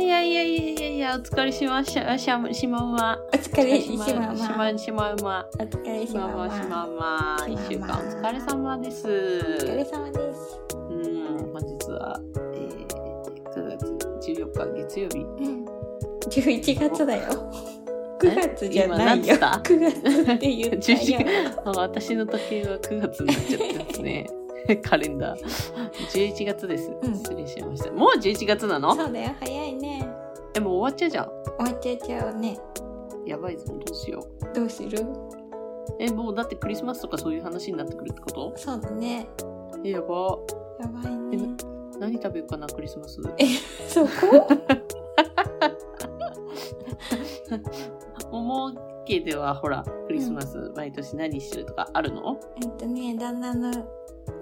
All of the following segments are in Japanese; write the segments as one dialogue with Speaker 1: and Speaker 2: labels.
Speaker 1: いやいやいやいやいや、お疲れしました。しゃ、しまうま。
Speaker 2: お疲れしまう
Speaker 1: し
Speaker 2: ま。
Speaker 1: ま、しまうま。
Speaker 2: お疲れ
Speaker 1: し
Speaker 2: し
Speaker 1: ま
Speaker 2: ま
Speaker 1: う
Speaker 2: う
Speaker 1: ま、
Speaker 2: ま。
Speaker 1: しまうま。
Speaker 2: しまうま
Speaker 1: 一週間お疲れ様です。
Speaker 2: お疲れ様です。
Speaker 1: うん、本日は、えー、9月14日月曜日。
Speaker 2: うん。11月だ よ。9月じゃない
Speaker 1: 今何つ
Speaker 2: よ。
Speaker 1: った
Speaker 2: 9月って言った
Speaker 1: 11
Speaker 2: よ。
Speaker 1: あ私の時計は9月になっちゃったんです ね。カレンダー。11月です。
Speaker 2: ん
Speaker 1: 失礼しました。もう11月なの
Speaker 2: そうだよ、早いね。
Speaker 1: え、もう終わっちゃうじゃ
Speaker 2: 終わっちゃいちゃうね。
Speaker 1: ん。やばいぞ、どうしよう。
Speaker 2: どうする
Speaker 1: え、もうだってクリスマスとかそういう話になってくるってこと
Speaker 2: そうだね。
Speaker 1: え、やば。
Speaker 2: やばいね。
Speaker 1: 何食べようかな、クリスマス。
Speaker 2: そ こ
Speaker 1: 桃家ではほら、クリスマス毎年何してるとかあるの、
Speaker 2: えっとね、旦那の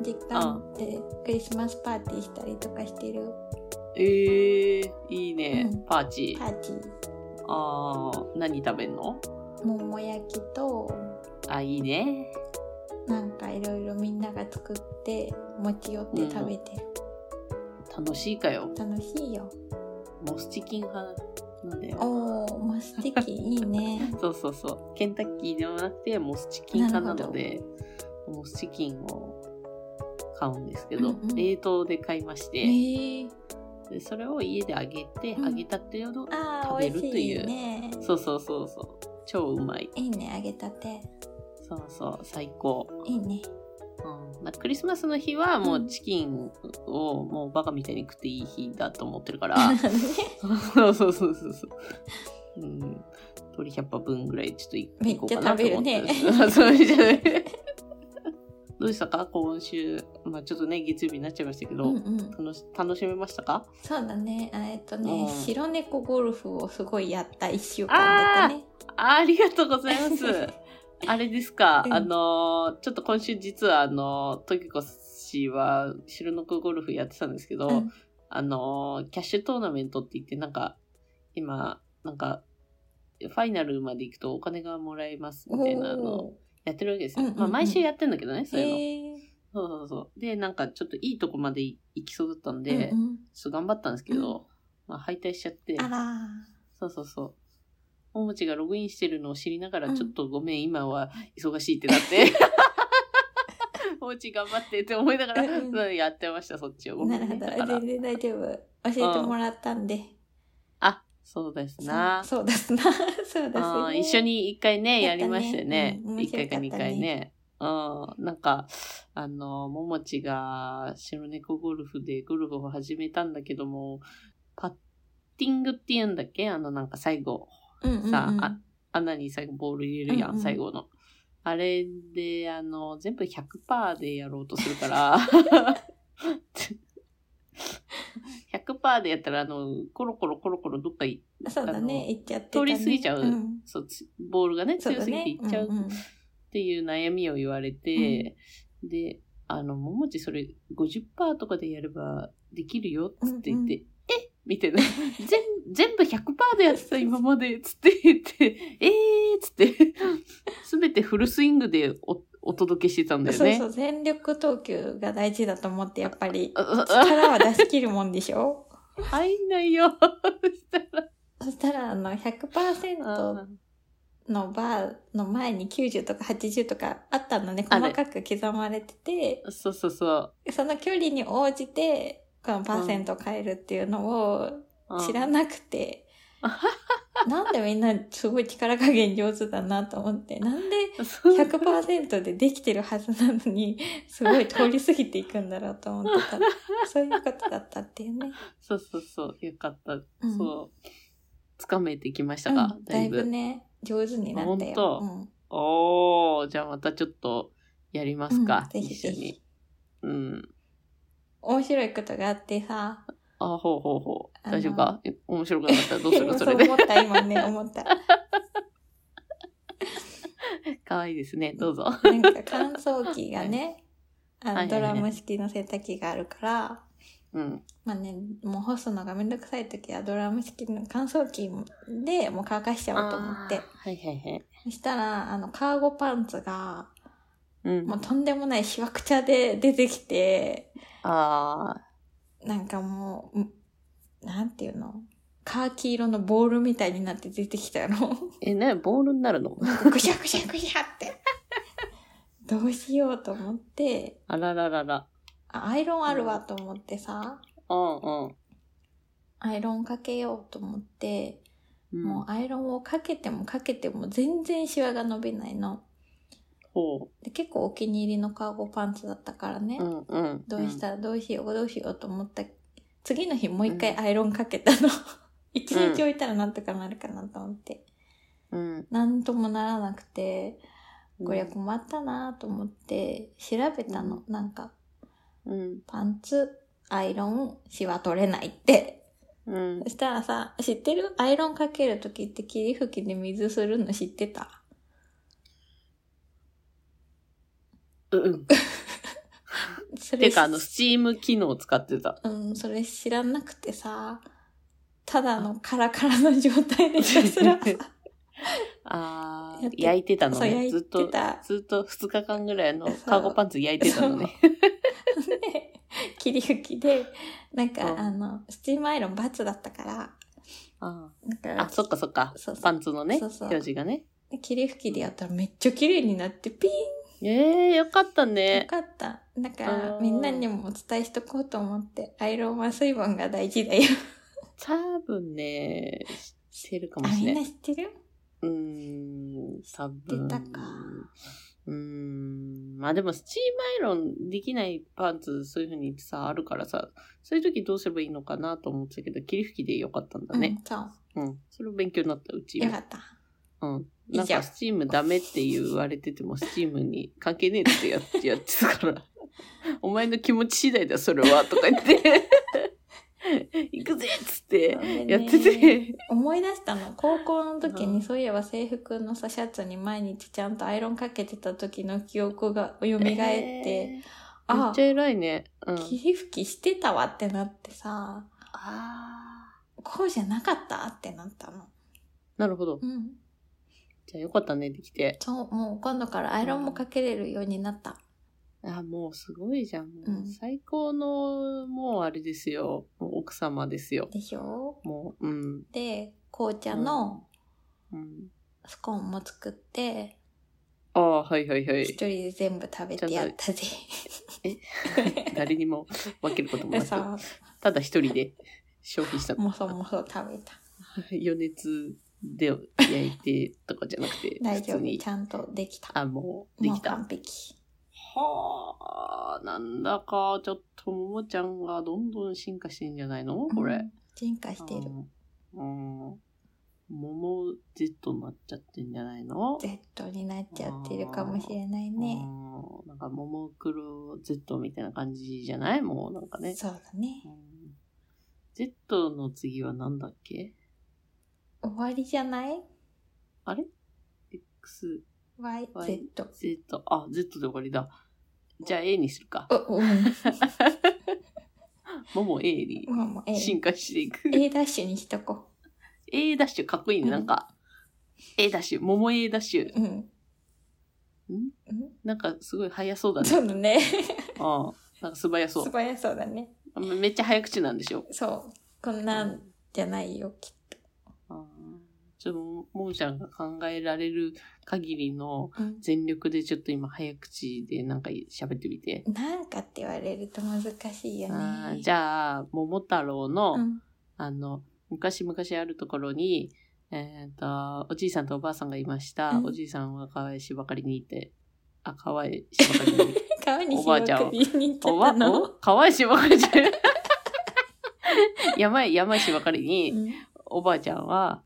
Speaker 2: 実家でクリスマスパーティーしたりとかしてる
Speaker 1: ええいいね。
Speaker 2: うん
Speaker 1: パーチ
Speaker 2: パ。ーティー。
Speaker 1: ああ、何食べんの
Speaker 2: 桃焼きと、
Speaker 1: あ、いいね。
Speaker 2: なんかいろいろみんなが作って持ち寄って食べてる、
Speaker 1: 楽しいかよ。
Speaker 2: 楽しいよ
Speaker 1: モスチキン派なんだよ。
Speaker 2: おーマスティキいい ね
Speaker 1: そうそうそう。ケンタッキーではなくて、モスチキン派なので、モスチキンを買うんですけど、
Speaker 2: うんうん
Speaker 1: 冷凍で買いまして、
Speaker 2: ねえ
Speaker 1: でそれを家で揚げて、
Speaker 2: うん
Speaker 1: 揚げたてをど、
Speaker 2: あ
Speaker 1: 食
Speaker 2: ー
Speaker 1: べる
Speaker 2: 美味
Speaker 1: と
Speaker 2: し
Speaker 1: いう
Speaker 2: いね
Speaker 1: そうそうそうそう。超うまい。
Speaker 2: いいね揚げたて
Speaker 1: そうそう、最高。
Speaker 2: いいね
Speaker 1: うん、だクリスマスの日はもううんチキンをもうバカみたいに食っていい日だと思ってるか ら、
Speaker 2: ね
Speaker 1: そうそうそうそうそう、うん、鳥100羽分ぐらいちょっとい
Speaker 2: めっ
Speaker 1: いこう
Speaker 2: ちゃ
Speaker 1: かなと思って
Speaker 2: 食べるね
Speaker 1: る そうじゃないどうでした か今週、まあ、ちょっとね月曜日になっちゃいましたけ
Speaker 2: う
Speaker 1: ど、
Speaker 2: んうん
Speaker 1: 楽し楽しめましたか
Speaker 2: そうだねあえっとね
Speaker 1: うん
Speaker 2: 白猫ゴルフをすごいやった1週間だったね
Speaker 1: ありがとうございます あれですか、
Speaker 2: うん
Speaker 1: あのーちょっと今週実はあのトキコ氏は白の子ゴルフやってたんですけど、
Speaker 2: うん
Speaker 1: あのーキャッシュトーナメントって言って、なんか、今、なんか、ファイナルまで行くとお金がもらえますみたいなのを
Speaker 2: お
Speaker 1: やってるわけですよ。
Speaker 2: うんうんうん
Speaker 1: まあ、毎週やってんだけどね、
Speaker 2: ー
Speaker 1: そういうの。
Speaker 2: へえ
Speaker 1: そうそうそう。で、なんか、ちょっといいとこまでい行きそうだったんで、
Speaker 2: う
Speaker 1: ちょ
Speaker 2: ん
Speaker 1: っと頑張ったんですけど、
Speaker 2: う
Speaker 1: まあ、敗退しちゃって
Speaker 2: うん、あら
Speaker 1: そうそうそう。ももちがログインしてるのを知りながら、
Speaker 2: うん
Speaker 1: ちょっとごめん、今は忙しいってな って。ももち頑張ってって思いながら、
Speaker 2: うん
Speaker 1: うんやってました、そっちを。ご
Speaker 2: ー
Speaker 1: め
Speaker 2: なる
Speaker 1: ん、
Speaker 2: ほ
Speaker 1: ね。だか
Speaker 2: ど
Speaker 1: ら
Speaker 2: 全然大丈夫教えてもらったんで、
Speaker 1: あ、そうですな。
Speaker 2: そうそうですなそうです
Speaker 1: あー
Speaker 2: ね
Speaker 1: 一緒に一回ね、や
Speaker 2: やったね
Speaker 1: りましたよね。
Speaker 2: うん面
Speaker 1: 一、
Speaker 2: 白か
Speaker 1: 回
Speaker 2: った
Speaker 1: か二
Speaker 2: ね
Speaker 1: 回ね。うん、なんか、あの、ももちが白猫ゴルフでゴルフを始めたんだけども、パッティングって言うんだっけあの、なんか最後、
Speaker 2: うんうんうん
Speaker 1: さあ穴に最後ボール入れるやん、
Speaker 2: うんうん
Speaker 1: 最後の。あれで、あの、全部100%でやろうとするから、100%でやったら、あの、コロコロコロコロどっかい
Speaker 2: そうだ
Speaker 1: あの
Speaker 2: ね、行っちゃってた
Speaker 1: 通
Speaker 2: ね、
Speaker 1: り過ぎちゃう、
Speaker 2: ん
Speaker 1: そうつボールがね、
Speaker 2: そう
Speaker 1: 強
Speaker 2: だ
Speaker 1: すぎて
Speaker 2: ね
Speaker 1: いっちゃう
Speaker 2: うんうん
Speaker 1: っていう悩みを言われて、で、あの、ももちそれ50%とかでやればできるよっつって言って、
Speaker 2: う
Speaker 1: えみたいな。全全部100%でやってた今までっつって言って、えーっつって、すべてフルスイングでおお届けしてたんだよ
Speaker 2: そう
Speaker 1: ね。
Speaker 2: そう、全力投球が大事だと思って、やっぱり、
Speaker 1: ああ
Speaker 2: 力は出し切るもんでしょ
Speaker 1: あ入んないよ。そしたら
Speaker 2: そしたら、あの、100%のバーの前に90とか80とかあったのね、
Speaker 1: ある
Speaker 2: 細かく刻まれてて、
Speaker 1: そうそうそう。
Speaker 2: その距離に応じて、このパーセントを変えるっていうのを
Speaker 1: うん
Speaker 2: 知らなくて、なんでみんなすごい力加減上手だなと思って、なんで
Speaker 1: そう
Speaker 2: 100%でできてるはずなの に、すごい通り過ぎていくんだろうと思ってた。そういうことだったっていうね。
Speaker 1: そうそうそう。よかった。
Speaker 2: うん
Speaker 1: そう。つかめてきましたか、
Speaker 2: うん
Speaker 1: だ
Speaker 2: だ
Speaker 1: い
Speaker 2: い
Speaker 1: ぶ
Speaker 2: ぶ。ね、上手になったよ。
Speaker 1: ほ
Speaker 2: うん
Speaker 1: おお、じゃあまたちょっとやりますか、
Speaker 2: うんぜひ
Speaker 1: 一緒
Speaker 2: ぜひ
Speaker 1: に。うん。
Speaker 2: 面白いことがあってさ、
Speaker 1: あ、ほうほうほう。
Speaker 2: あの
Speaker 1: 大丈夫かえ面白くなかったらどうす るそ
Speaker 2: そう
Speaker 1: れで
Speaker 2: 思。った、今ね、思った。
Speaker 1: かわいいですね。どうぞ。
Speaker 2: なんか乾燥機がね、あ
Speaker 1: はい
Speaker 2: の
Speaker 1: は
Speaker 2: ド
Speaker 1: いはい
Speaker 2: ラム式の洗濯機があるから、
Speaker 1: うん。
Speaker 2: まあね、もう干すのがめんどくさい時はドラム式の乾燥機でもう乾かしちゃおうと思って
Speaker 1: あー。はいはいはい。
Speaker 2: そしたら、あの、カーゴパンツが、
Speaker 1: うん
Speaker 2: も。うとんでもないしわくちゃで出てきて、
Speaker 1: ああ、
Speaker 2: なんかもう、んなんていうのカーキ色のボールみたいになって出てきたの。
Speaker 1: え、ね、ボールになるの
Speaker 2: なんかぐしゃぐしゃぐしゃって。どうしようと思って、
Speaker 1: あらららら。
Speaker 2: あアイロンあるわと思ってさ、
Speaker 1: うんうん
Speaker 2: アイロンかけようと思って、
Speaker 1: うん。
Speaker 2: もうアイロンをかけてもかけても全然シワが伸びないの。
Speaker 1: ほ
Speaker 2: で結構お気に入りのカーゴパンツだったからね、
Speaker 1: う。うんうん。
Speaker 2: どうしたらどうしようどうしようと思った次の日もう一回アイロンかけ たの一日置いたらなんとかなるかなと思って、
Speaker 1: うん。
Speaker 2: なんともならなくて
Speaker 1: うん
Speaker 2: こりゃ困ったなと思って調べたの、なんか
Speaker 1: うん。
Speaker 2: パンツアイロンシワ取れないって
Speaker 1: うん
Speaker 2: そ。したらさ知ってるアイロンかける時って霧吹きで水するの知ってた
Speaker 1: うん。
Speaker 2: それ
Speaker 1: てか、あの、スチーム機能を使ってた。
Speaker 2: うん、それ知らなくてさ、ただのカラカラの状態でひたすら
Speaker 1: あー
Speaker 2: やっ、て
Speaker 1: 焼いてたの
Speaker 2: そう
Speaker 1: ね。
Speaker 2: 焼
Speaker 1: ずっ
Speaker 2: いて
Speaker 1: と、
Speaker 2: た。
Speaker 1: ずっと2日間ぐらいのカーゴパンツ焼いてたのね。
Speaker 2: で、 霧吹きで、なんか、
Speaker 1: うん
Speaker 2: あの、スチームアイロンバツだったから、
Speaker 1: あ
Speaker 2: なん
Speaker 1: ーあ、
Speaker 2: か、
Speaker 1: そっかそっか
Speaker 2: そうそ。う
Speaker 1: パンツのね、
Speaker 2: そうそう
Speaker 1: 表示がね。
Speaker 2: で霧吹きでやったらめっちゃ綺麗になって、ピーン
Speaker 1: ええ、よかった
Speaker 2: よ
Speaker 1: ね。
Speaker 2: かった。だから、
Speaker 1: うん
Speaker 2: みんなにもお伝えしとこうと思って、アイロンは水分が大事だよ。
Speaker 1: 多分ね、知ってるかも
Speaker 2: あ、
Speaker 1: し
Speaker 2: み
Speaker 1: れ
Speaker 2: ん
Speaker 1: な。
Speaker 2: ない知ってる
Speaker 1: うーん、多分。
Speaker 2: 知ってたか
Speaker 1: うーん、まあでも、スチームアイロンできないパンツ、そういうふうにさ、あるからさ、そういう時どうすればいいのかなと思ってたけど、霧吹きでよかったんだね。
Speaker 2: うん、そ
Speaker 1: う
Speaker 2: う。
Speaker 1: ん。それを勉強になった、うち
Speaker 2: よ
Speaker 1: 今
Speaker 2: かった。
Speaker 1: うん。
Speaker 2: 以上
Speaker 1: なんか、スチームダメって言われてても、スチームに関係ねえってやっやってた から、お前の気持ち次第だ、それは、とか言 って、行くぜっつって、やって
Speaker 2: そうね
Speaker 1: て、
Speaker 2: 思い出したの高校の時
Speaker 1: うん
Speaker 2: にそういえば制服のさシャツに毎日ちゃんとアイロンかけてた時の記憶が蘇って、
Speaker 1: えーめっ
Speaker 2: あ
Speaker 1: ちゃ偉いね。うん。
Speaker 2: 霧吹きしてたわってなってさ
Speaker 1: ああ。
Speaker 2: こうじゃなかったってなったの
Speaker 1: なるほど
Speaker 2: う。ん
Speaker 1: じゃあよかったね、できて。
Speaker 2: そうもう今度からアイロンもかけれるようになった、
Speaker 1: あーもうすごいじゃん。もう
Speaker 2: うん
Speaker 1: 最高の、もうあれですよ。もう奥様ですよ。
Speaker 2: でしょ
Speaker 1: もう、うん。
Speaker 2: で紅茶の
Speaker 1: うん、
Speaker 2: スコーンも作って
Speaker 1: ああ、はいはいは
Speaker 2: 一
Speaker 1: い。
Speaker 2: 人で全部食べてやったぜ
Speaker 1: 誰にも分けることも
Speaker 2: で
Speaker 1: なく。
Speaker 2: さ
Speaker 1: ただ一人で消費した。
Speaker 2: もそもそ食べた、
Speaker 1: 余熱で焼いてとかじゃなくて
Speaker 2: 大丈
Speaker 1: 普通
Speaker 2: 夫
Speaker 1: に
Speaker 2: ち。ゃんとできた
Speaker 1: あ、もうで
Speaker 2: も
Speaker 1: き
Speaker 2: う
Speaker 1: た。
Speaker 2: 完璧
Speaker 1: はあ、なんだか、ちょっとももちゃんがどんどん進化してんじゃないのこ
Speaker 2: う
Speaker 1: れ。
Speaker 2: ん進化してる
Speaker 1: うん。うん。桃 Z になっちゃってんじゃないの
Speaker 2: Z になっちゃってるかもしれないね。
Speaker 1: うんなんか桃黒 Z みたいな感じじゃないもうなんかね。
Speaker 2: そうだね
Speaker 1: う。ん Z の次はなんだっけ
Speaker 2: 終わりじゃない
Speaker 1: ?X、
Speaker 2: ?Y、
Speaker 1: Y
Speaker 2: Z。
Speaker 1: Z、あ、Z で終わりだ。じゃあ A にするか。
Speaker 2: お、うん。
Speaker 1: 桃 A に
Speaker 2: まあもう A。
Speaker 1: 進化していく。
Speaker 2: A ダッシュにしとこ
Speaker 1: A ダッシュかっこいいね。なんか、A ダッシュ、桃 A ダッシュ。
Speaker 2: う。うん。
Speaker 1: ん
Speaker 2: う
Speaker 1: なんかすごい速そうだ
Speaker 2: ん、
Speaker 1: ね。
Speaker 2: そうだね。
Speaker 1: ああなんか素早そ
Speaker 2: 素早そうだね。
Speaker 1: う。めっちゃ早口なんでしょ。
Speaker 2: そう。こんなんじゃないよ、きっ
Speaker 1: あーちょっともももちゃんが考えられる限りの
Speaker 2: と。うん
Speaker 1: 全力でちょっと今早口でなんか喋ってみて。
Speaker 2: なんかって言われると難しいよ
Speaker 1: あ
Speaker 2: ね
Speaker 1: ー。じゃあ、桃太郎の、
Speaker 2: うん。
Speaker 1: あの、昔々あるところに、えっ、と、おじいさんとおばあさんがいました。
Speaker 2: うん
Speaker 1: おじいさんは川へ芝刈りに行って、あ、川へ芝刈りに行って。
Speaker 2: 川に
Speaker 1: おばあちゃん
Speaker 2: 火をくりに行っちゃ
Speaker 1: お
Speaker 2: った
Speaker 1: ば、
Speaker 2: の。
Speaker 1: お川へ芝刈りじゃない。 山へ、山へ芝刈りに、
Speaker 2: うん
Speaker 1: おばあちゃんは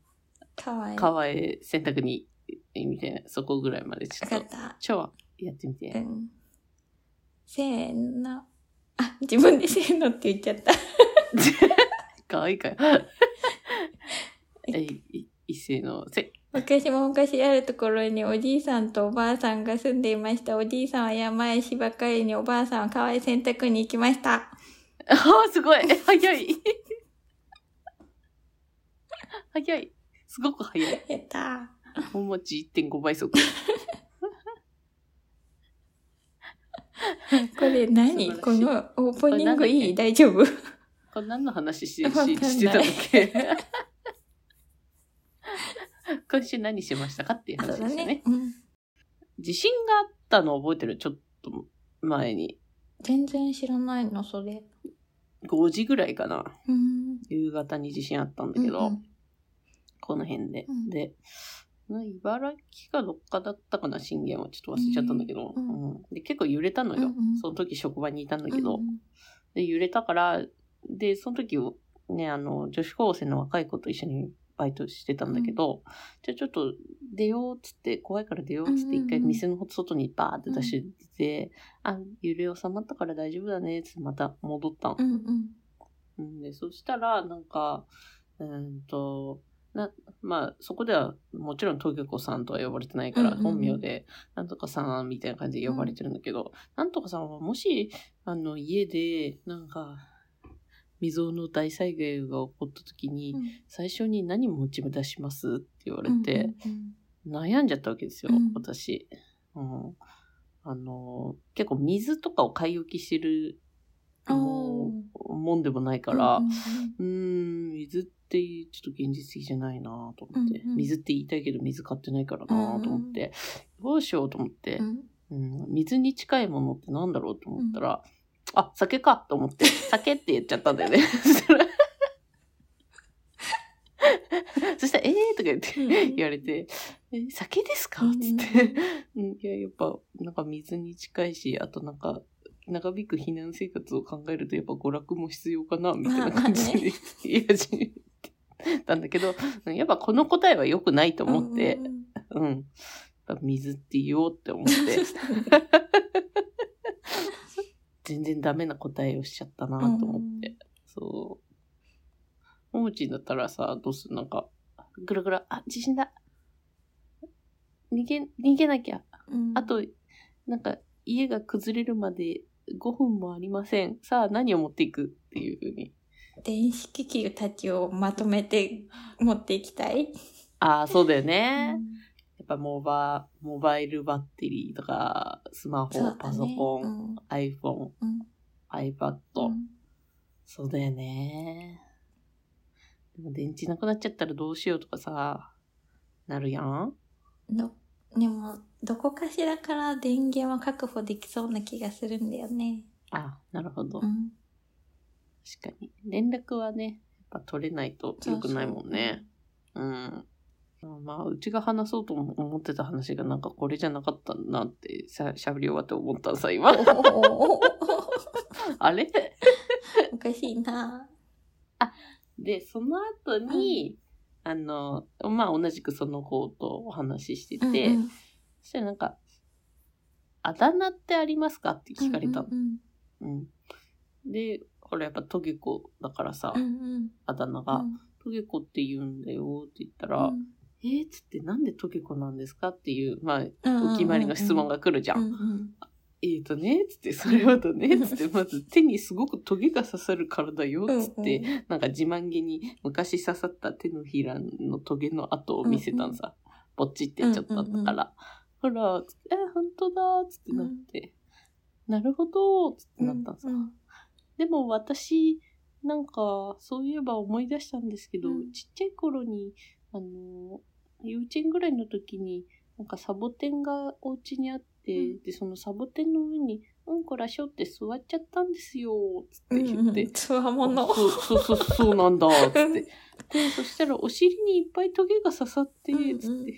Speaker 2: かわいい。わ
Speaker 1: 川へ洗濯に、みたいな、そこぐらいまでちょっ
Speaker 2: か
Speaker 1: と
Speaker 2: っ。た。
Speaker 1: 超やってみて。
Speaker 2: うん。せーの。あ、自分でせーのって言っちゃった。
Speaker 1: かわいいかよ。 えい一斉のせ。
Speaker 2: 昔も昔あるところにおじいさんとおばあさんが住んでいました。おじいさんは山へ芝刈りに、おばあさんは川へ洗濯に行きました。
Speaker 1: あーすごい早い早いすごく早い。
Speaker 2: やったー。
Speaker 1: おもち1.5倍速。
Speaker 2: これ何
Speaker 1: 素
Speaker 2: こ
Speaker 1: 晴らしい
Speaker 2: のオープニン
Speaker 1: これな
Speaker 2: グ
Speaker 1: んだっけ
Speaker 2: いい大丈夫
Speaker 1: これ何の話し
Speaker 2: わかんない
Speaker 1: ししてたんだっけ今週何しましたかっていう
Speaker 2: そう
Speaker 1: 話
Speaker 2: だ
Speaker 1: ですよね
Speaker 2: ね。。うん。
Speaker 1: 地震があったのを覚えてるちょっと前に、
Speaker 2: 全然知らないの、それ。
Speaker 1: 5時ぐらいかな。
Speaker 2: うん。
Speaker 1: 夕方に地震あったんだけど、
Speaker 2: うん
Speaker 1: この辺で。
Speaker 2: うん
Speaker 1: で、茨城かどっかだったかな、震源は。ちょっと忘れちゃったんだけど。
Speaker 2: うん
Speaker 1: うんで結構揺れたのよ、
Speaker 2: うんうん
Speaker 1: その時職場にいたんだ
Speaker 2: うん
Speaker 1: けど。
Speaker 2: うん
Speaker 1: で揺れたから、で、その時、ね、あの、女子高生の若い子と一緒にバイトしてたんだけど、じゃあちょっと出ようっつって、怖いから出ようっつって、
Speaker 2: うんうんうん
Speaker 1: 一回店の外にバーって出してて、あ、揺れ収まったから大丈夫だねっつってまた戻ったの。
Speaker 2: うん
Speaker 1: う
Speaker 2: うん。
Speaker 1: ん、で、そしたら、なんか、うーんと、な、まあ、そこでは、もちろん東京子さんとは呼ばれてないから、
Speaker 2: うんうんうん
Speaker 1: 本名で、なんとかさんみたいな感じで呼ばれてるんだけど、なんとかさんは、もし、あの、家で、なんか、未曾有の大災害が起こった時に、最初に何持ち出しますって言われて、悩んじゃったわけですよ、
Speaker 2: うん
Speaker 1: 私。うん。あの、結構水とかを買い置きしてる、あのもんでもないから、うーん、水ってちょっと現実的じゃないなと思って、
Speaker 2: うんうん
Speaker 1: 水って言いたいけど水買ってないからなと思って、どうしようと思って、うん水に近いものってなんだろうと思ったら、あ、酒かと 思って、酒って言っちゃったんだよね。そしたら そしたら、えーとか言って、言われて、え酒ですか
Speaker 2: う
Speaker 1: っ
Speaker 2: ん
Speaker 1: つって。うん、いや、やっぱ、なんか水に近いし、あとなんか、長引く避難生活を考えると、やっぱ娯楽も必要かな、みたいな感じ
Speaker 2: まあまあ
Speaker 1: で言い始めたんだけど、うんやっぱこの答えは良くないと思って、うん、やっぱ水って言おうって思 って、 全然ダメな答えをしちゃったな、と思って。そう。ももちんだったらさ、どうするなんか、ぐらぐら、あ、地震だ。逃げ、逃げなきゃ。あと、なんか、家が崩れるまで5分もありません。さあ、何を持っていくっていうふうに。
Speaker 2: 電子機器たちをまとめて持っていきたい。
Speaker 1: ああ、そうだよね。やっぱモバ、モバイルバッテリーとか、スマホ、パソコン、
Speaker 2: ン
Speaker 1: iPhone、iPad、そうだよね。でも電池なくなっちゃったらどうしようとかさ、なるやん
Speaker 2: のでもどこかしらから電源は確保できそうな気がするんだよね。
Speaker 1: あ、なるほど。
Speaker 2: うん、
Speaker 1: 確かに。連絡はね、やっぱ取れないと良くないもんね。うん。まあ、うちが話そうと思ってた話がなんかこれじゃなかったなってさ、しゃべり終わって思ったさ、今。
Speaker 2: そうそうそう。おおおお
Speaker 1: あれ
Speaker 2: おかしいな。
Speaker 1: で、その後に、あの、まあ同じくその子とお話ししてて、
Speaker 2: うんうん
Speaker 1: そしたらなんか、あだ名ってありますかって聞かれたの。
Speaker 2: うん
Speaker 1: うんで、ほらやっぱトゲコだからさ、
Speaker 2: うんうん
Speaker 1: あだ名
Speaker 2: う
Speaker 1: が、
Speaker 2: ん
Speaker 1: トゲコって言うんだよって言ったら、えーっつってなんでトゲコなんですかっていう、まあ、
Speaker 2: う
Speaker 1: お
Speaker 2: ん
Speaker 1: 決まりの質問が来るじゃん。
Speaker 2: うんうん
Speaker 1: えーとね、つって、それはとね、つって、まず手にすごくトゲが刺さる体よ、つって、なんか自慢げに昔刺さった手のひらのトゲの跡を見せたのさ、ぼっちって言っちゃったんだから、ほら、つってえ、本当だ、つってなって、なるほど、つってなったのさ。
Speaker 2: うん
Speaker 1: でも私、なんか、そういえば思い出したんですけど、
Speaker 2: うん
Speaker 1: ちっちゃい頃に、あの、幼稚園ぐらいの時に、なんかサボテンがお家にあって、
Speaker 2: うん
Speaker 1: で、そのサボテンの上に、うんこらしょって座っちゃったんですよ、つって
Speaker 2: うん
Speaker 1: 言っ
Speaker 2: う
Speaker 1: て
Speaker 2: ん、。つわもの。
Speaker 1: そうそうそう、そうなん だ、つっ
Speaker 2: うん
Speaker 1: て。で、そしたらお尻にいっぱいトゲが刺さって、
Speaker 2: うんうん
Speaker 1: つって。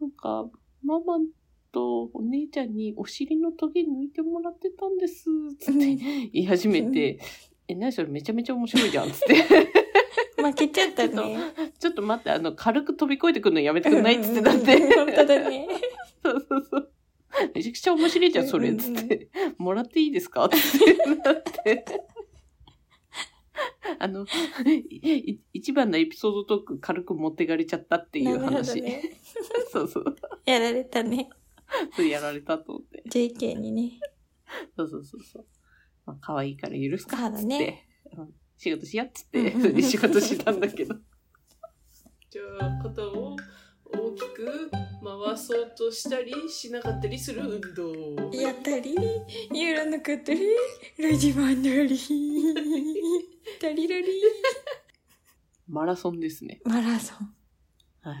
Speaker 1: なんか、ママとお姉ちゃんにお尻のトゲ抜いてもらってたんです、つって。言い始めて、え、何それめちゃめちゃ面白いじゃんっつって、
Speaker 2: 負けちゃったね。
Speaker 1: ちょっと待って、あの、軽く飛び越えてくるのやめてくんないっつってなっ
Speaker 2: うんうんうん本当
Speaker 1: て、
Speaker 2: だね。
Speaker 1: そうそうそう。めちゃくちゃ面白いじゃん、それっつって。もらっていいですかっつってなって。 あの、いい一番のエピソードトーク軽く持ってかれちゃったっていう
Speaker 2: なるほど
Speaker 1: 話。
Speaker 2: ね。
Speaker 1: そうそう。
Speaker 2: やられたね。
Speaker 1: そうやられたと思って。
Speaker 2: JK にね。
Speaker 1: そうそうそうそう。まあ、可愛いから許すか
Speaker 2: そう
Speaker 1: っ
Speaker 2: だ
Speaker 1: つって、
Speaker 2: ね
Speaker 1: うん仕事しようっつっ
Speaker 2: うん
Speaker 1: て、
Speaker 2: うんうん
Speaker 1: それで仕事したんだけど。じゃあ、肩を大きく回そうとしたりしなかったりする運動。
Speaker 2: やったり、やらなかったり、ラジマンなり、たりらり。
Speaker 1: マラソンですね。
Speaker 2: マラソン。
Speaker 1: はい。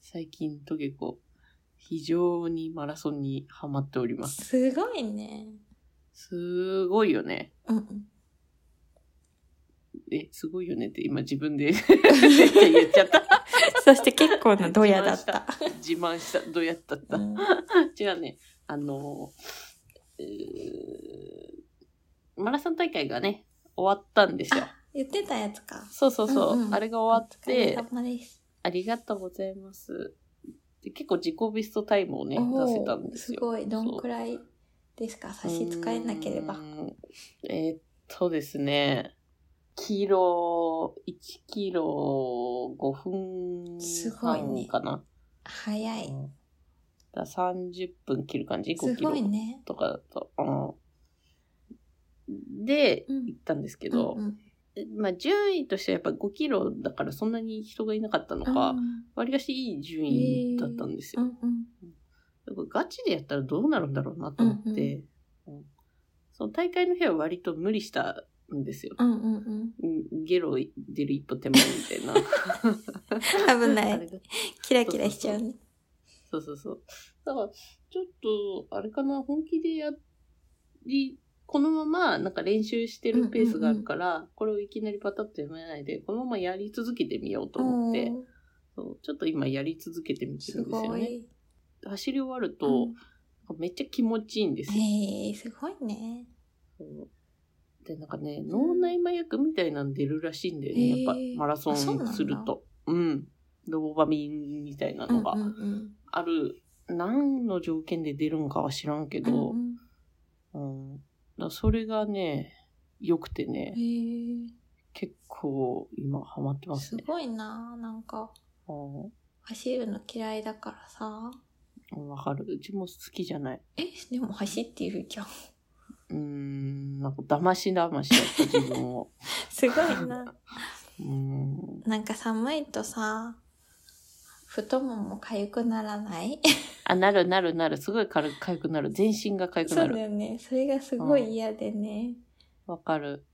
Speaker 1: 最近トゲ子、非常にマラソンにハマっております。
Speaker 2: すごいね。
Speaker 1: すごいよね。
Speaker 2: うん。
Speaker 1: え、すごいよねって今自分 でめっちゃ言っちゃった。
Speaker 2: そして結構なドヤだった。
Speaker 1: 自慢した。どうやったった
Speaker 2: う。ん
Speaker 1: 違うね。あの、えーマラソン大会がね、終わったんですよ。
Speaker 2: 言ってたやつか。
Speaker 1: そうそうそう。
Speaker 2: うんうん
Speaker 1: あれが終わっ
Speaker 2: お疲れ
Speaker 1: て、
Speaker 2: 様です。
Speaker 1: ありがとうございます。で結構自己ベストタイムをね、
Speaker 2: おー
Speaker 1: 出せたんですよ。
Speaker 2: すごい。どん
Speaker 1: そう
Speaker 2: くらいですか差し支えなければ
Speaker 1: うー。んえーっとですね、キロ、1キロ5分
Speaker 2: すごいね
Speaker 1: 半かな。
Speaker 2: 早い。
Speaker 1: うんだから30分切る感じ ?5
Speaker 2: す
Speaker 1: キロ
Speaker 2: ごいね。
Speaker 1: とかだと。うんで、
Speaker 2: うん
Speaker 1: 行ったんですけど、
Speaker 2: うんうん
Speaker 1: まあ順位としてはやっぱ5キロだからそんなに人がいなかったのか、
Speaker 2: うん
Speaker 1: 割りかしいい順位だったんですよ。
Speaker 2: うんうん
Speaker 1: だからガチでやったらどうなるんだろうなと思って、うんその大会の日は割と無理したんですよ。
Speaker 2: うんうんうん。
Speaker 1: うんゲロ出る一歩手前みたいな。
Speaker 2: 危な
Speaker 1: あれ
Speaker 2: い。
Speaker 1: が
Speaker 2: キラキラしちゃうね。
Speaker 1: そうそうそう。だから、ちょっと、あれかな、本気でやり、このまま、なんか練習してるペースがあるから、これをいきなりパタッとやめないで、このままやり続けてみようと思って、
Speaker 2: うん
Speaker 1: そうちょっと今やり続けてみてる
Speaker 2: す
Speaker 1: んですよ
Speaker 2: ご
Speaker 1: ね。
Speaker 2: い。
Speaker 1: 走り終わると、
Speaker 2: うん
Speaker 1: めっちゃ気持ちいいんですよ。
Speaker 2: へえ、すごいね。
Speaker 1: そうで、なんかね、脳内麻薬みたいなの出るらしいんだよね、
Speaker 2: へー
Speaker 1: やっぱマラソ
Speaker 2: あそうなん
Speaker 1: ン
Speaker 2: だ
Speaker 1: すると。うん。ドーパミンみたいなのが
Speaker 2: うんうん
Speaker 1: ある。何の条件で出るんかは知らんけ
Speaker 2: うん
Speaker 1: ど
Speaker 2: う、ん
Speaker 1: うんだからそれがね、良くて
Speaker 2: う
Speaker 1: ね
Speaker 2: ん、へえ。
Speaker 1: 結構今ハマってます
Speaker 2: す
Speaker 1: ね。
Speaker 2: ごいななんか
Speaker 1: うん
Speaker 2: 走るの嫌いだからさ
Speaker 1: うんわかる。うちも好きじゃない。
Speaker 2: えでも走ってる じゃん
Speaker 1: うーん、なんか騙し騙しだった自分を。
Speaker 2: すごいな
Speaker 1: うーん。
Speaker 2: なんか寒いとさ太もも痒くならない
Speaker 1: あ、なるなるなる。すごい軽く、かゆくなる。全身がかゆく
Speaker 2: そ
Speaker 1: な
Speaker 2: うだ
Speaker 1: る。
Speaker 2: よねそれがすごい嫌でね、
Speaker 1: わかる。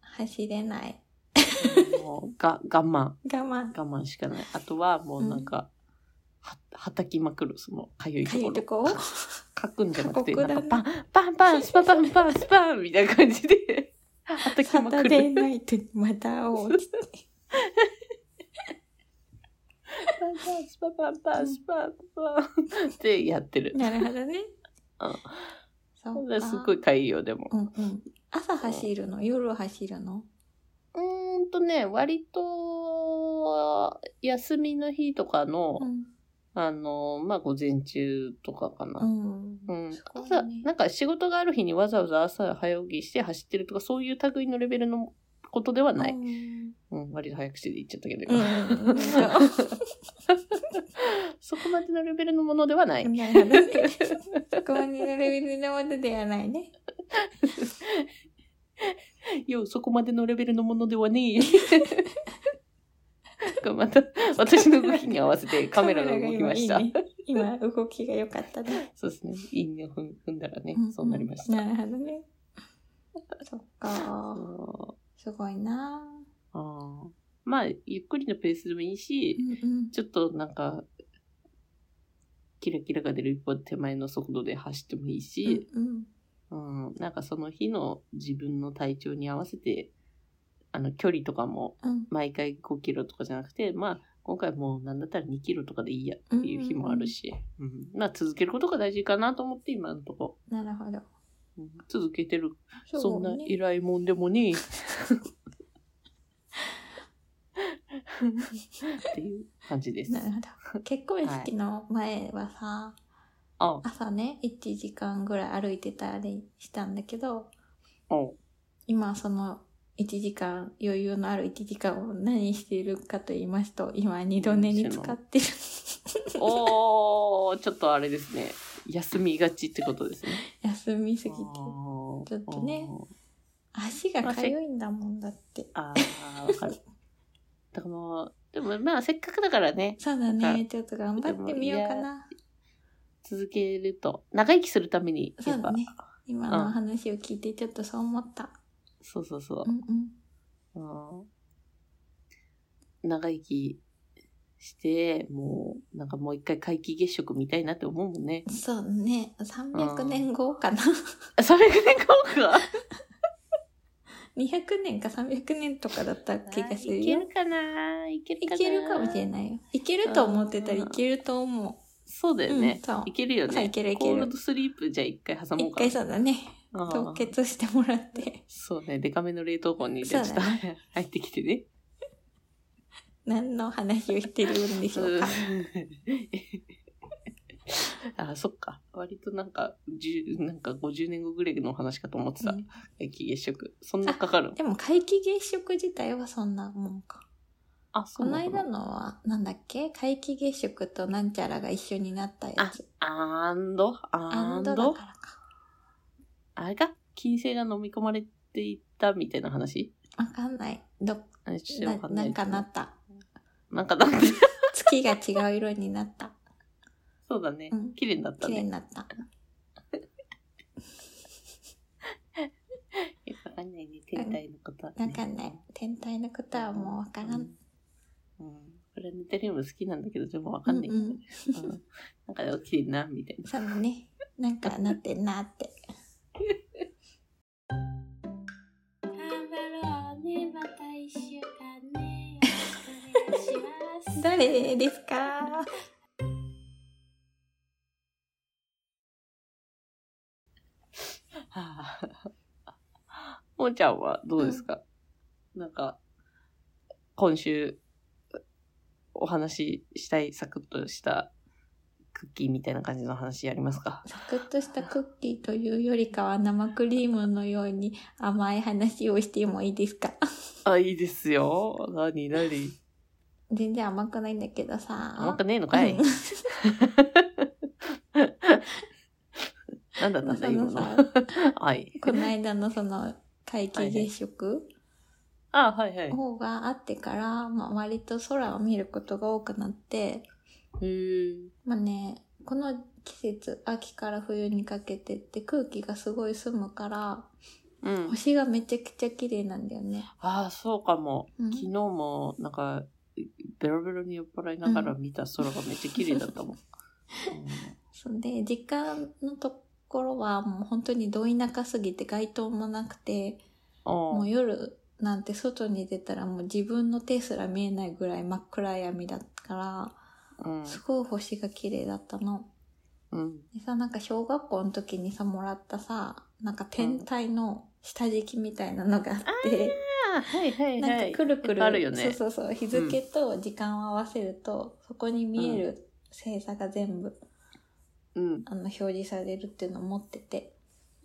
Speaker 2: 走れない
Speaker 1: もう、が、我慢。
Speaker 2: 我慢
Speaker 1: 我慢しかない。あとは、もうなんか、は、はたきまくる。その、かゆいと
Speaker 2: 痒
Speaker 1: こ
Speaker 2: いと
Speaker 1: ろ。
Speaker 2: こを
Speaker 1: かくんじゃなくて、
Speaker 2: 過酷
Speaker 1: なん
Speaker 2: だ
Speaker 1: か
Speaker 2: な
Speaker 1: パン、パンパン、スパパンパン、スパンみたいな感じ で、はたき
Speaker 2: サ
Speaker 1: ま
Speaker 2: タ
Speaker 1: く
Speaker 2: デ
Speaker 1: る。
Speaker 2: ーナイトにまた会おうっつって
Speaker 1: パンパン、スパパンパン、スパンパンってやってる。
Speaker 2: なるほどね
Speaker 1: うん
Speaker 2: そうか
Speaker 1: すごいかゆいよ、でも。
Speaker 2: うんうん朝走るの夜走るの
Speaker 1: うーんとね、割と、休みの日とかの、
Speaker 2: うん
Speaker 1: あの、まあ、午前中とかかな。
Speaker 2: うん
Speaker 1: うん
Speaker 2: すごい
Speaker 1: 朝、
Speaker 2: ね
Speaker 1: なんか仕事がある日にわざわざ朝早起きして走ってるとか、そういう類のレベルのことではない。
Speaker 2: う
Speaker 1: うん
Speaker 2: ん
Speaker 1: 割と早口で言っちゃったけど、
Speaker 2: うんうんうん
Speaker 1: そこまでのレベルのものではない。
Speaker 2: なるほどね。そこまでのレベルのものではないね。
Speaker 1: よ、そこまでのレベルのものではねえ。 また、私の動きに合わせてカメラが動きました。
Speaker 2: カメラが今いいね今動きが良かったね。
Speaker 1: そうですね。陰を踏ん踏んだらね、
Speaker 2: んん
Speaker 1: そうなりました。
Speaker 2: なるほどね。そっか。
Speaker 1: そう
Speaker 2: すごいな。
Speaker 1: あーまあ、ゆっくりのペースでもいいし
Speaker 2: う、んうん。
Speaker 1: ちょっとなんか、キラキラが出る一歩手前の速度で走ってもいいし、
Speaker 2: うん
Speaker 1: うん、なんかその日の自分の体調に合わせて、あの、距離とかも
Speaker 2: うん。うん
Speaker 1: 毎回5キロとかじゃなくて、まあ、今回もうなんだったら2キロとかでいいやっていう日もあるし、うんまあ続けることが大事かなと思って今のとこ、
Speaker 2: なるほど。
Speaker 1: うん続けてる、
Speaker 2: う
Speaker 1: そんな
Speaker 2: ね
Speaker 1: 偉いもんでもねえ。っていう感じです
Speaker 2: な。るほど。結婚式の前はさ、
Speaker 1: あ、
Speaker 2: 朝ね、1時間ぐらい歩いてたりしたんだけど、
Speaker 1: あ、
Speaker 2: 今その1時間、余裕のある1時間を何しているかと言いますと、今二度寝に使ってる。
Speaker 1: おー、ちょっとあれですね。休みがちってことですね。
Speaker 2: 休みすぎて。
Speaker 1: ょ
Speaker 2: ちょっとね。足が痒いんだもんだって。
Speaker 1: あーあー、わかる。だからもう、でもまあせっかくだからね、
Speaker 2: そうだ
Speaker 1: なん
Speaker 2: ね。ちょっと頑張ってみようかな。
Speaker 1: 続けると、長生きするために、
Speaker 2: そ
Speaker 1: やっ
Speaker 2: うだ
Speaker 1: ぱ、
Speaker 2: ね。今の話を聞いてちょっとそう思った。
Speaker 1: そうそうそう
Speaker 2: うんうん。
Speaker 1: うん長生きして、もう、なんかもう一回皆既月食見たいなって思うもんね。
Speaker 2: そうね。300年後かな。
Speaker 1: あそれぐらい買おうか。
Speaker 2: 200年か300年とかだった 気がする
Speaker 1: いけ
Speaker 2: よ
Speaker 1: る。かないける
Speaker 2: い
Speaker 1: かな
Speaker 2: けるかもしれないよ。いけると思ってたらいけると思
Speaker 1: そうだよね。
Speaker 2: うんそう
Speaker 1: いけるよ
Speaker 2: そう
Speaker 1: ね。
Speaker 2: いけるいける
Speaker 1: コールドスリープじゃあ一回挟
Speaker 2: う。
Speaker 1: も
Speaker 2: 一
Speaker 1: うかな。
Speaker 2: 回そうだね。
Speaker 1: うん
Speaker 2: 凍結してもらって。
Speaker 1: そうね。デカめの冷凍庫にちょっ
Speaker 2: そう
Speaker 1: と
Speaker 2: だ
Speaker 1: 入ってきてね。
Speaker 2: 何の話をしてるんでしょうか。
Speaker 1: あ、そっか。割となんか、10なんか50年後ぐらいの話かと思ってた。
Speaker 2: うん
Speaker 1: 皆既月食。そんなかかる
Speaker 2: でも皆既月食自体はそんなもんか。
Speaker 1: あ、そ
Speaker 2: こ
Speaker 1: う
Speaker 2: の
Speaker 1: なの
Speaker 2: 間のは、なんだっけ皆既月食となんちゃらが一緒になったやつ。
Speaker 1: アンド、ア
Speaker 2: ア
Speaker 1: ン
Speaker 2: ンドだ
Speaker 1: ド
Speaker 2: か、らか。
Speaker 1: あれか金星が飲み込まれていったみたいな話
Speaker 2: わかんない。ど、
Speaker 1: あれちょっとわか
Speaker 2: な
Speaker 1: んな
Speaker 2: ないん
Speaker 1: け
Speaker 2: か
Speaker 1: ど
Speaker 2: なっ。 た。
Speaker 1: なんかなって。
Speaker 2: 月が違う色になった。
Speaker 1: そうだね
Speaker 2: うん。
Speaker 1: 綺麗になった
Speaker 2: 綺麗
Speaker 1: ね。
Speaker 2: になった。
Speaker 1: よくわかんないね。天体のことはね
Speaker 2: わかんない。天体のことはもうわからん。。
Speaker 1: うん。プラネタリウム好きなんだけど、でもわかんない。
Speaker 2: う
Speaker 1: うん
Speaker 2: うん
Speaker 1: ん。なんか綺麗な、みたいな。
Speaker 2: そうだね。なんかなってんなって。
Speaker 3: 頑張ろうね、また一週間ね。よろしくお願いします。
Speaker 2: 誰ですか
Speaker 1: はあもーちゃんはどうですか、なんか、今週、お話ししたい、サクッとしたクッキーみたいな感じの話ありますか
Speaker 2: サクッとしたクッキーというよりかは生クリームのように甘い話をしてもいいですか
Speaker 1: あ、いいですよ。なになに
Speaker 2: 全然甘くないんだけどさ。
Speaker 1: 甘くねえのかい
Speaker 2: うん
Speaker 1: なんだったんだ、
Speaker 2: そ
Speaker 1: 今の。
Speaker 2: のさ、
Speaker 1: はい。
Speaker 2: この間のその皆既月食
Speaker 1: あ、はいはい。
Speaker 2: 方があってから、まあ、割と空を見ることが多くなって、
Speaker 1: へー
Speaker 2: まあね、この季節、秋から冬にかけてって空気がすごい澄むから、
Speaker 1: うん。
Speaker 2: 星がめちゃくちゃ綺麗なんだよね。
Speaker 1: ああ、そうかも。
Speaker 2: うん
Speaker 1: 昨日も、なんか、ベロベロに酔っ払いながら見た空がめっちゃ綺麗だったもん。
Speaker 2: そんで、実家のところはもう本当にど田舎すぎて街灯もなくて、
Speaker 1: うん
Speaker 2: もう夜なんて外に出たらもう自分の手すら見えないぐらい真っ暗闇だか
Speaker 1: うん
Speaker 2: ら、すごい星が綺麗だったの。
Speaker 1: うん。
Speaker 2: でさ、なんか小学校の時にさ、もらったさ、なんか天体の下敷きみたいなのがあって、
Speaker 1: ああ、はいはいは。
Speaker 2: ないんかくる
Speaker 1: い
Speaker 2: く
Speaker 1: っぱ
Speaker 2: る、
Speaker 1: いあるよね。
Speaker 2: そうそうそう、日付と時間を合わせると、そこに見える星座が全部
Speaker 1: うん。
Speaker 2: あの表示されるっていうのを持ってて、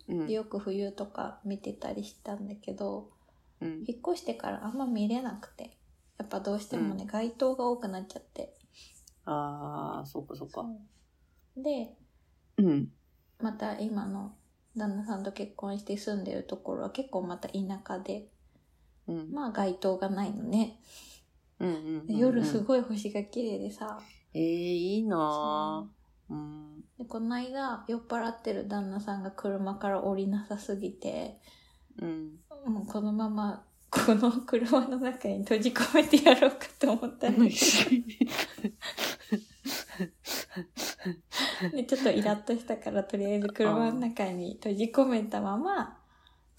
Speaker 1: うん
Speaker 2: よく冬とか見てたりしたんだけど
Speaker 1: うん。
Speaker 2: 引っ越してからあんま見れなくてやっぱどうしてもね、
Speaker 1: う
Speaker 2: 街灯が多くなっちゃって
Speaker 1: ああ、そうかそうか。
Speaker 2: で
Speaker 1: うん。
Speaker 2: また今の旦那さんと結婚して住んでるところは結構また田舎で
Speaker 1: うん。
Speaker 2: まあ街灯がないのね
Speaker 1: うんうん。
Speaker 2: で夜す
Speaker 1: い。
Speaker 2: ごい星が綺麗でさ、
Speaker 1: ええ、いい
Speaker 2: そ
Speaker 1: な
Speaker 2: う
Speaker 1: ぁ。うん。
Speaker 2: でこの間酔っ払ってる旦那さんが車から降りなさすぎて
Speaker 1: うん。
Speaker 2: もうこのままこの車の中に閉じ込めてやろうかと思ったんだけどでちょっとイラッとしたからとりあえず車の中に閉じ込めたまま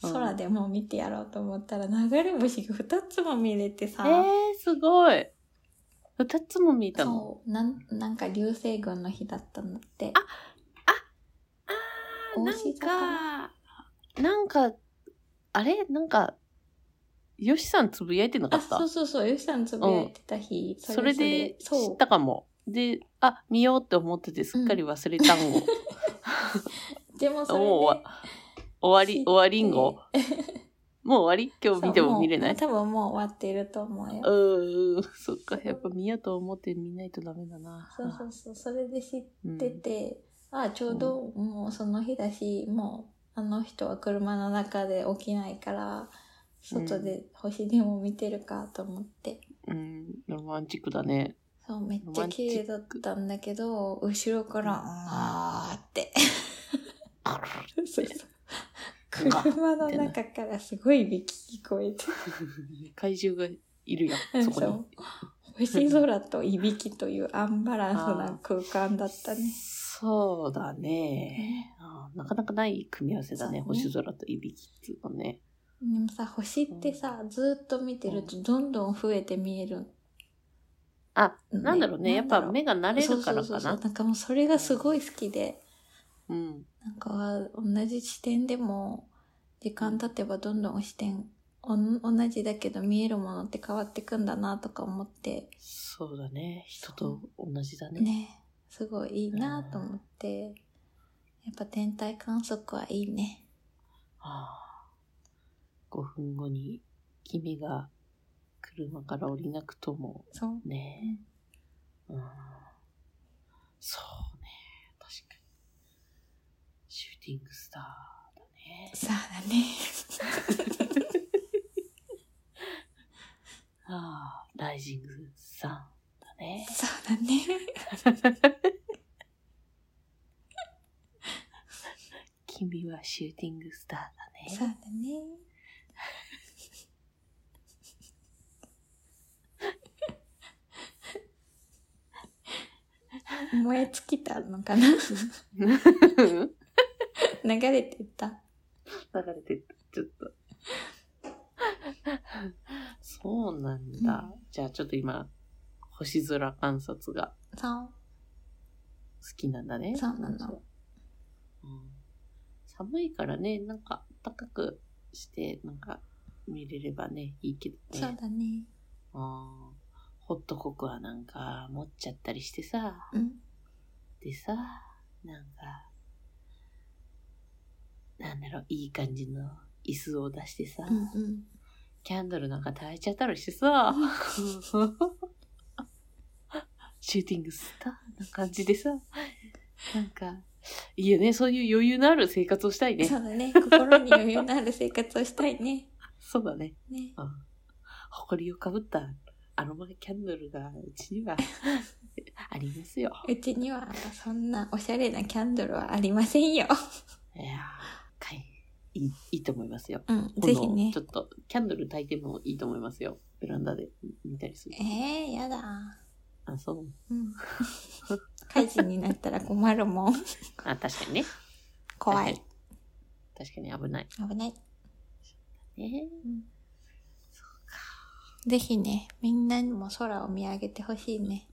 Speaker 1: うん
Speaker 2: 空でも見てやろうと思ったら流れ星が2つも見れて さ、
Speaker 1: ええ、すごい。二つも見たの。
Speaker 2: そうなんなんか流星群の日だったんだって
Speaker 1: あー
Speaker 2: 大石坂
Speaker 1: なんか、なんか、あれなんか、よしさんつぶやいてなか
Speaker 2: あ
Speaker 1: った
Speaker 2: そうそうそうよしさんつぶやいてた日、
Speaker 1: それで知
Speaker 2: そ
Speaker 1: っ
Speaker 2: う
Speaker 1: たかも。で、あ、見ようって思っててすっかり忘れたんご。
Speaker 2: でもそれで
Speaker 1: もう終 終 わり、終わりんご。もう終わり今
Speaker 2: そう
Speaker 1: 日見ても見れな
Speaker 2: う
Speaker 1: い
Speaker 2: 多分もう終わってると思うよ
Speaker 1: うーん、そっか。やっぱ見ようと思って見ないとダメだな。
Speaker 2: そうそうそうそれで知っ
Speaker 1: うん
Speaker 2: てて、あちょうどもうその日だし、もうあの人は車の中で起きないから外で星でも見てるかと思って、
Speaker 1: うん、ロマンチックだ ね。
Speaker 2: そうめっちゃ綺麗だったんだけど後ろから「う
Speaker 1: うん
Speaker 2: んあー」ってそうそ
Speaker 1: な
Speaker 2: う
Speaker 1: んか
Speaker 2: 車の中からすごいびき聞こえて
Speaker 1: 怪獣がいるやん、そこ
Speaker 2: そう
Speaker 1: に。
Speaker 2: 星空といびきというアンバランスな空間だったね。
Speaker 1: そうだね。
Speaker 2: ね
Speaker 1: あーなかなかない組み合わせだね。
Speaker 2: そうね
Speaker 1: 星空といびきっていうのね。
Speaker 2: でもさ、星ってさ、ずーっと見てるとどんどん増えて見える。
Speaker 1: あ、
Speaker 2: ね
Speaker 1: なんだろうね。やっぱ
Speaker 2: なんだろう
Speaker 1: 目が慣れるから
Speaker 2: そうそう
Speaker 1: か
Speaker 2: そうそう
Speaker 1: な。
Speaker 2: なんかもうそれがすごい好きで、
Speaker 1: うん。
Speaker 2: なんか同じ視点でも時間経てばどんどん視点、おん同じだけど見えるものって変わってくんだなとか思って、
Speaker 1: そうだね。人と同じだね。
Speaker 2: ね、すごいいいなと思って、やっぱ天体観測はいいね。
Speaker 1: はあ、5分後に君が車から降りなくとも
Speaker 2: そう。
Speaker 1: ね。うん、そうね。確かに。シューティングスターだね。
Speaker 2: さあだね。
Speaker 1: ああ、ライジングサンだね。
Speaker 2: そうだね。
Speaker 1: 君はシューティングスターだ
Speaker 2: そう
Speaker 1: ね。
Speaker 2: だね。燃え尽きたの かな
Speaker 1: 流
Speaker 2: 流れてった。
Speaker 1: れてった、ちょっと。そうなんだ。じゃあちょっと今、星空観察が
Speaker 2: そう。
Speaker 1: 好きなんだね。
Speaker 2: そうなの
Speaker 1: うん。寒いからね、なんか暖かくして、なんか見れればね、いいけどね。
Speaker 2: そうだね。
Speaker 1: うん。ホットココアなんか持っちゃったりしてさ、
Speaker 2: うん。
Speaker 1: でさ、なんか、なんだろう、いい感じの椅子を出してさ、
Speaker 2: うんうん。
Speaker 1: キャンドルなんか焚いちゃったりして さ、シューティングスターな感じでさ、なんか、いいよね、そういう余裕のある生活をしたいね
Speaker 2: そ。うだね。心に余裕のある生活をしたいね。
Speaker 1: そうだね。
Speaker 2: ね。
Speaker 1: うん。誇りをかぶったアロマキャンドルがうち にはありますよ。
Speaker 2: うちにはそんなおしゃれなキャンドルはありませんよ。
Speaker 1: いやーはい。いい、いいと思いますよ。
Speaker 2: うん。
Speaker 1: 今
Speaker 2: ぜ
Speaker 1: 度
Speaker 2: ひね
Speaker 1: ちょ。っと、キャンドル焚いてもいいと思いますよ。ベランダで見たりする。
Speaker 2: えー、やだ。
Speaker 1: あ、そう。
Speaker 2: うん。火事になったら困るもん。
Speaker 1: あ、確かにね。
Speaker 2: 怖い。
Speaker 1: 確かに危ない。
Speaker 2: 危ない。
Speaker 1: ね
Speaker 2: ぜひね、みんなにも空を見上げてほしいね。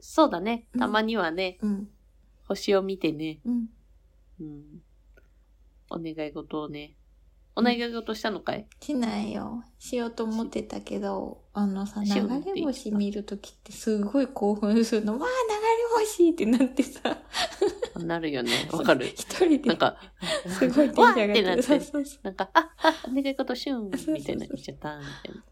Speaker 1: そうだね
Speaker 2: う。ん
Speaker 1: たまにはね、
Speaker 2: うん。
Speaker 1: 星を見てね、
Speaker 2: うん。
Speaker 1: うん。お願い事をね。お願い事したのかい
Speaker 2: しないよ。しようと思ってたけど、あのさ、流
Speaker 1: しようって言
Speaker 2: れ
Speaker 1: って
Speaker 2: 星
Speaker 1: た
Speaker 2: 見るときってすごい興奮するの。わあ、流れ星ってなってさ。
Speaker 1: なるよ ね。わかる。
Speaker 2: 一人で。
Speaker 1: なん、 か、
Speaker 2: すごいテンション上がって
Speaker 1: わーってなっ
Speaker 2: る。
Speaker 1: て
Speaker 2: そうそうそう。
Speaker 1: なんか、あ、あ、お願い事シュン
Speaker 2: そうそうそう
Speaker 1: みたいな言っちゃったみたいな。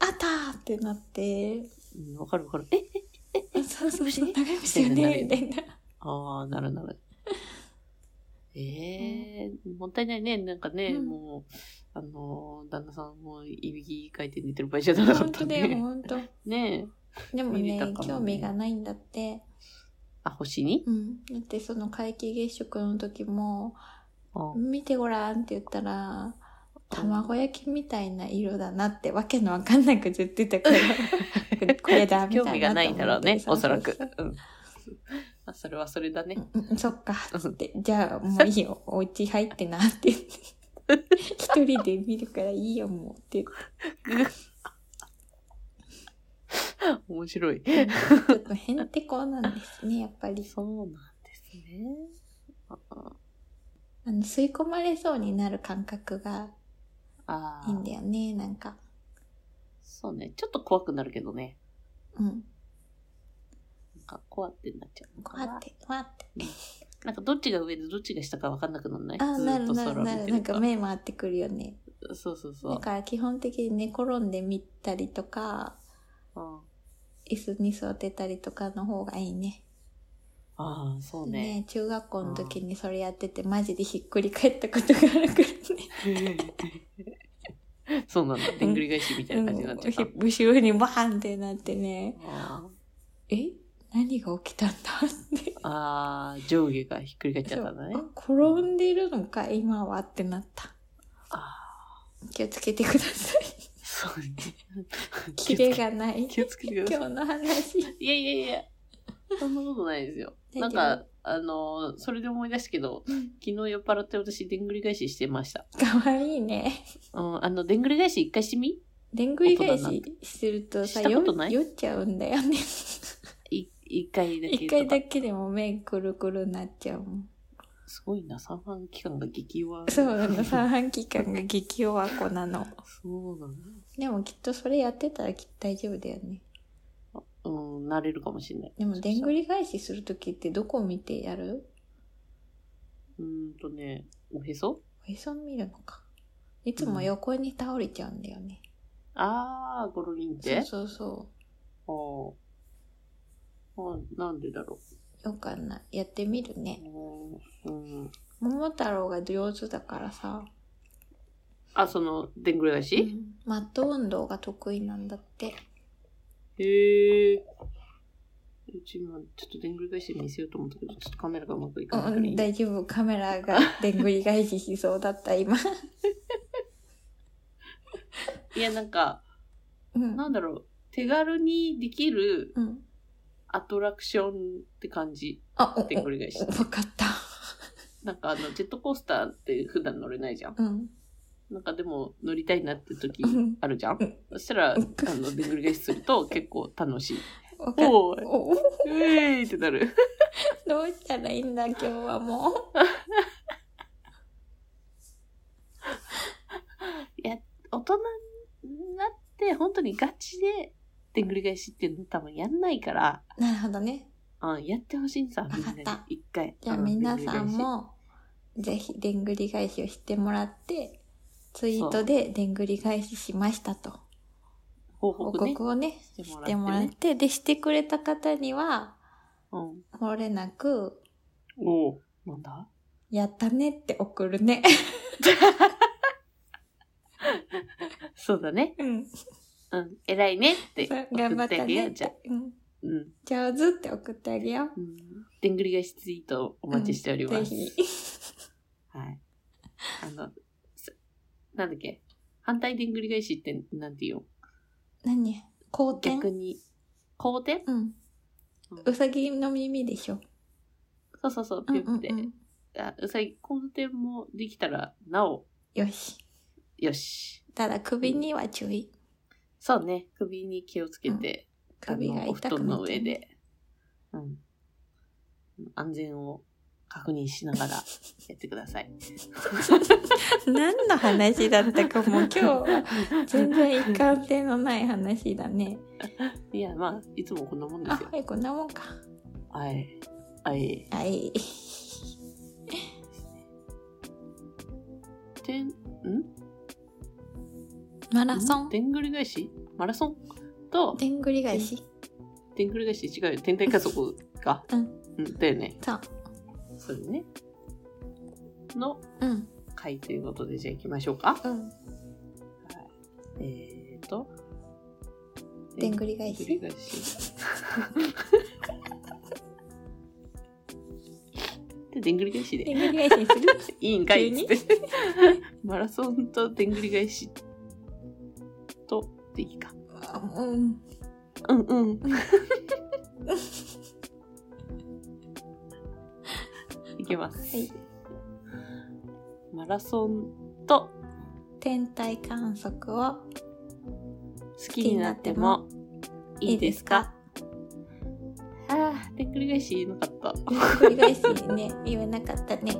Speaker 2: あったーってなって。
Speaker 1: うん、わかるわかる。え
Speaker 2: そうそうそう。流れ星よね、みたいな。
Speaker 1: ああ、なるなる。ええもったいないね。なんかね、
Speaker 2: うん
Speaker 1: もう、あのー、旦那さんもいびきかいて寝てる場合じゃなか
Speaker 2: 本
Speaker 1: っ
Speaker 2: 当
Speaker 1: た
Speaker 2: だよ、
Speaker 1: ね。
Speaker 2: 本当。
Speaker 1: ねえ。
Speaker 2: でも
Speaker 1: 見れ
Speaker 2: ね
Speaker 1: たかもね
Speaker 2: 興味がないんだって。
Speaker 1: あ、星に
Speaker 2: うん。だってその皆既月食の時も、
Speaker 1: あ
Speaker 2: 見てごらんって言ったら、卵焼きみたいな色だなってわけのわかんなくずっと言ってた から、これだみ
Speaker 1: 興
Speaker 2: たいなと思って。
Speaker 1: 味がないんだろうね、おそらく
Speaker 2: うう。
Speaker 1: うん。まあ、それはそれだね。
Speaker 2: うんうんそっか、つって。じゃあもういいよ、お家入ってなって言って。一人で見るからいいよ、もうって
Speaker 1: 面白い。
Speaker 2: 言って。ちょっとへんてこなんですね、やっぱり。
Speaker 1: そうなんですね。あ
Speaker 2: あの、吸い込まれそうになる感覚が
Speaker 1: あー
Speaker 2: いいんだよね、なんか。
Speaker 1: そうね。ちょっと怖くなるけどね。
Speaker 2: うん。
Speaker 1: なんか、怖ってなっちゃうのか
Speaker 2: わ
Speaker 1: な。
Speaker 2: ーって、わーって。
Speaker 1: なんか、どっちが上でどっちが下か分かんなくならない
Speaker 2: あ、
Speaker 1: ず
Speaker 2: な
Speaker 1: ーっ
Speaker 2: る
Speaker 1: と
Speaker 2: な
Speaker 1: 空
Speaker 2: る
Speaker 1: 見
Speaker 2: な
Speaker 1: て
Speaker 2: る。
Speaker 1: る
Speaker 2: なん
Speaker 1: と
Speaker 2: か目回ってくるよね。
Speaker 1: そうそうそう。
Speaker 2: だから基本的に寝転んでみたりとか、
Speaker 1: うん
Speaker 2: 椅子に座ってたりとかの方がいいね。
Speaker 1: ああ、そうね。
Speaker 2: ね中学校の時にそれやってて、マジでひっくり返ったことがあるくらい ね。
Speaker 1: そうなんだ。でんぐり返しみ たいな感じになっちゃった。
Speaker 2: うん後ろにバーンってなってね、
Speaker 1: あ
Speaker 2: え何が起きたんだって。
Speaker 1: ーあー、上下がひっくり返っちゃったんだね
Speaker 2: そ。うあ転んでるのか、今はってなった。
Speaker 1: あ
Speaker 2: 気をつけてください。
Speaker 1: ーそうね。
Speaker 2: キレがない。
Speaker 1: 気をつけてくださ
Speaker 2: 今日の話。
Speaker 1: い。いやいやいや、そんなことないですよ。なんか、あの、それで思い出したけど、
Speaker 2: うん、
Speaker 1: 昨日酔っ払って私、でんぐり返ししてました。
Speaker 2: かわいいね。
Speaker 1: うん、あの、でんぐり返し一回してみ
Speaker 2: でんぐり返しするとさ、
Speaker 1: した
Speaker 2: 酔
Speaker 1: こ
Speaker 2: っ
Speaker 1: とない
Speaker 2: 酔っちゃうんだよね。
Speaker 1: い一回だけとか。
Speaker 2: 一回だけでも目くるくるなっちゃうもん。
Speaker 1: すごいな、三半期間が激弱。
Speaker 2: そうなの、三半期間が激弱子なの。
Speaker 1: そうなの。
Speaker 2: でもきっとそれやってたらきっと大丈夫だよね。
Speaker 1: うん、なれるかもしれない。
Speaker 2: でも、でんぐり返しするときってどこ見てやる
Speaker 1: うーんとね、おへそ
Speaker 2: おへそ見るのか。いつも横に倒れちゃうんだよね。
Speaker 1: あー、ゴロリンっ
Speaker 2: そう
Speaker 1: て
Speaker 2: そうそ
Speaker 1: そあーあ。なんでだろ
Speaker 2: う。よくあんない。やってみるね。
Speaker 1: う。うん。うん
Speaker 2: 桃太郎が上手だからさ、
Speaker 1: あ、その、でんぐり返
Speaker 2: う
Speaker 1: し、
Speaker 2: んマット運動が得意なんだって。
Speaker 1: へえ。うち今、ちょっとでんぐり返し見せようと思ったけど、ちょっとカメラがうまくいか
Speaker 2: う
Speaker 1: ないから
Speaker 2: ん、
Speaker 1: 今
Speaker 2: 大丈夫。カメラがでんぐり返ししそうだった、 今。
Speaker 1: いや、なんか、
Speaker 2: うん。
Speaker 1: なんだろう、手軽にできる
Speaker 2: うん。
Speaker 1: アトラクションって感じ。
Speaker 2: あ、お、
Speaker 1: でんぐ
Speaker 2: お、
Speaker 1: り返しって。
Speaker 2: わかった。
Speaker 1: なんかあの、ジェットコースターって普段乗れないじゃん。
Speaker 2: うん。
Speaker 1: なんかでも乗りたいなって時
Speaker 2: うん
Speaker 1: あるじゃん
Speaker 2: うん。
Speaker 1: そしたら、あ
Speaker 2: うん
Speaker 1: の、でんぐり返しすると結構楽しい。
Speaker 2: わかった。
Speaker 1: おーい、
Speaker 2: おお
Speaker 1: うえーいってなる。
Speaker 2: どうしたらいいんだ、今日はもう。
Speaker 1: 大人になって本当にガチででんぐり返しっていうの多分やんないから、
Speaker 2: なるほどね。
Speaker 1: うん、やってほしいんさ、みんなに
Speaker 2: わかった
Speaker 1: 一回。
Speaker 2: じゃあ
Speaker 1: うん
Speaker 2: 皆
Speaker 1: でぐ
Speaker 2: さん。
Speaker 1: り返し
Speaker 2: も、ぜひ、でんぐり返しをしてもらって、ツイートででんぐり返ししましたと。
Speaker 1: 報
Speaker 2: 報
Speaker 1: 告ね。
Speaker 2: 告をね、
Speaker 1: しても
Speaker 2: し
Speaker 1: らって
Speaker 2: て
Speaker 1: ね
Speaker 2: もらって、で、してくれた方には、
Speaker 1: うん。
Speaker 2: 漏れなく、
Speaker 1: おおなんだ
Speaker 2: やったねって送るね。
Speaker 1: そうだね。
Speaker 2: うん。
Speaker 1: うん。偉いねって
Speaker 2: そう
Speaker 1: 送
Speaker 2: 頑張
Speaker 1: っ
Speaker 2: ってた
Speaker 1: あげよ
Speaker 2: ねっ
Speaker 1: う。じゃあ
Speaker 2: て。うん。
Speaker 1: うん。
Speaker 2: 上手って送ってあげよう。
Speaker 1: うんでんぐり返しツイートお待ちしております。
Speaker 2: ぜひ。
Speaker 1: はい。あの、すなんだっけ反対でんぐり返しってなんて言うの
Speaker 2: 何好転
Speaker 1: 逆に、後転
Speaker 2: うん
Speaker 1: うん。
Speaker 2: うさぎの耳でしょ。
Speaker 1: そうそうそう、
Speaker 2: うん
Speaker 1: ピュ
Speaker 2: う
Speaker 1: ッ
Speaker 2: ん
Speaker 1: て。
Speaker 2: うん。
Speaker 1: あうさぎ、後転もできたら、なお、
Speaker 2: よし。
Speaker 1: よし。
Speaker 2: ただ首には注意。
Speaker 1: そうね、首に気をつけて、
Speaker 2: 首
Speaker 1: あ
Speaker 2: が
Speaker 1: のお布
Speaker 2: 痛く
Speaker 1: 団
Speaker 2: な
Speaker 1: の
Speaker 2: っちゃ
Speaker 1: 上
Speaker 2: うね。
Speaker 1: で、うん。安全を確認しなが らやってください。
Speaker 2: 何の話だったかもう今日 は全然一貫性のない話だね。
Speaker 1: いや、まあ、いつもこんなもんで
Speaker 2: あ
Speaker 1: すよ、。
Speaker 2: はい、こんなもんか。
Speaker 1: はい。はい。
Speaker 2: はい。
Speaker 1: てん、ん
Speaker 2: マラソン。
Speaker 1: でんぐり返しマラソンと、
Speaker 2: でんぐり返し。
Speaker 1: でんぐり返し違うよ。天体加速か。
Speaker 2: うん
Speaker 1: うん。だよね。
Speaker 2: そう。
Speaker 1: そうよね。の
Speaker 2: うん。
Speaker 1: 回ということで、じゃあ行きましょうか。
Speaker 2: うん。
Speaker 1: えーと。
Speaker 2: でんぐり返し
Speaker 1: でんぐり返し。ででんぐり返し
Speaker 2: で
Speaker 1: で。
Speaker 2: んぐり返しする
Speaker 1: いいんかい
Speaker 2: 急
Speaker 1: っ
Speaker 2: に
Speaker 1: つって。マラソンとでんぐり返しと、でいいか。
Speaker 2: あうん。
Speaker 1: うんうん。いきます。
Speaker 2: はい。
Speaker 1: マラソンと
Speaker 2: 天体観測を
Speaker 1: 好きになってもいいですかああ、でっくり返しなかった。
Speaker 2: でんぐり返しね、言えなかった ね。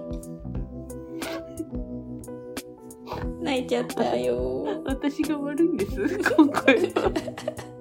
Speaker 2: 泣いちゃったよ。
Speaker 1: 私が悪いんです。今回は。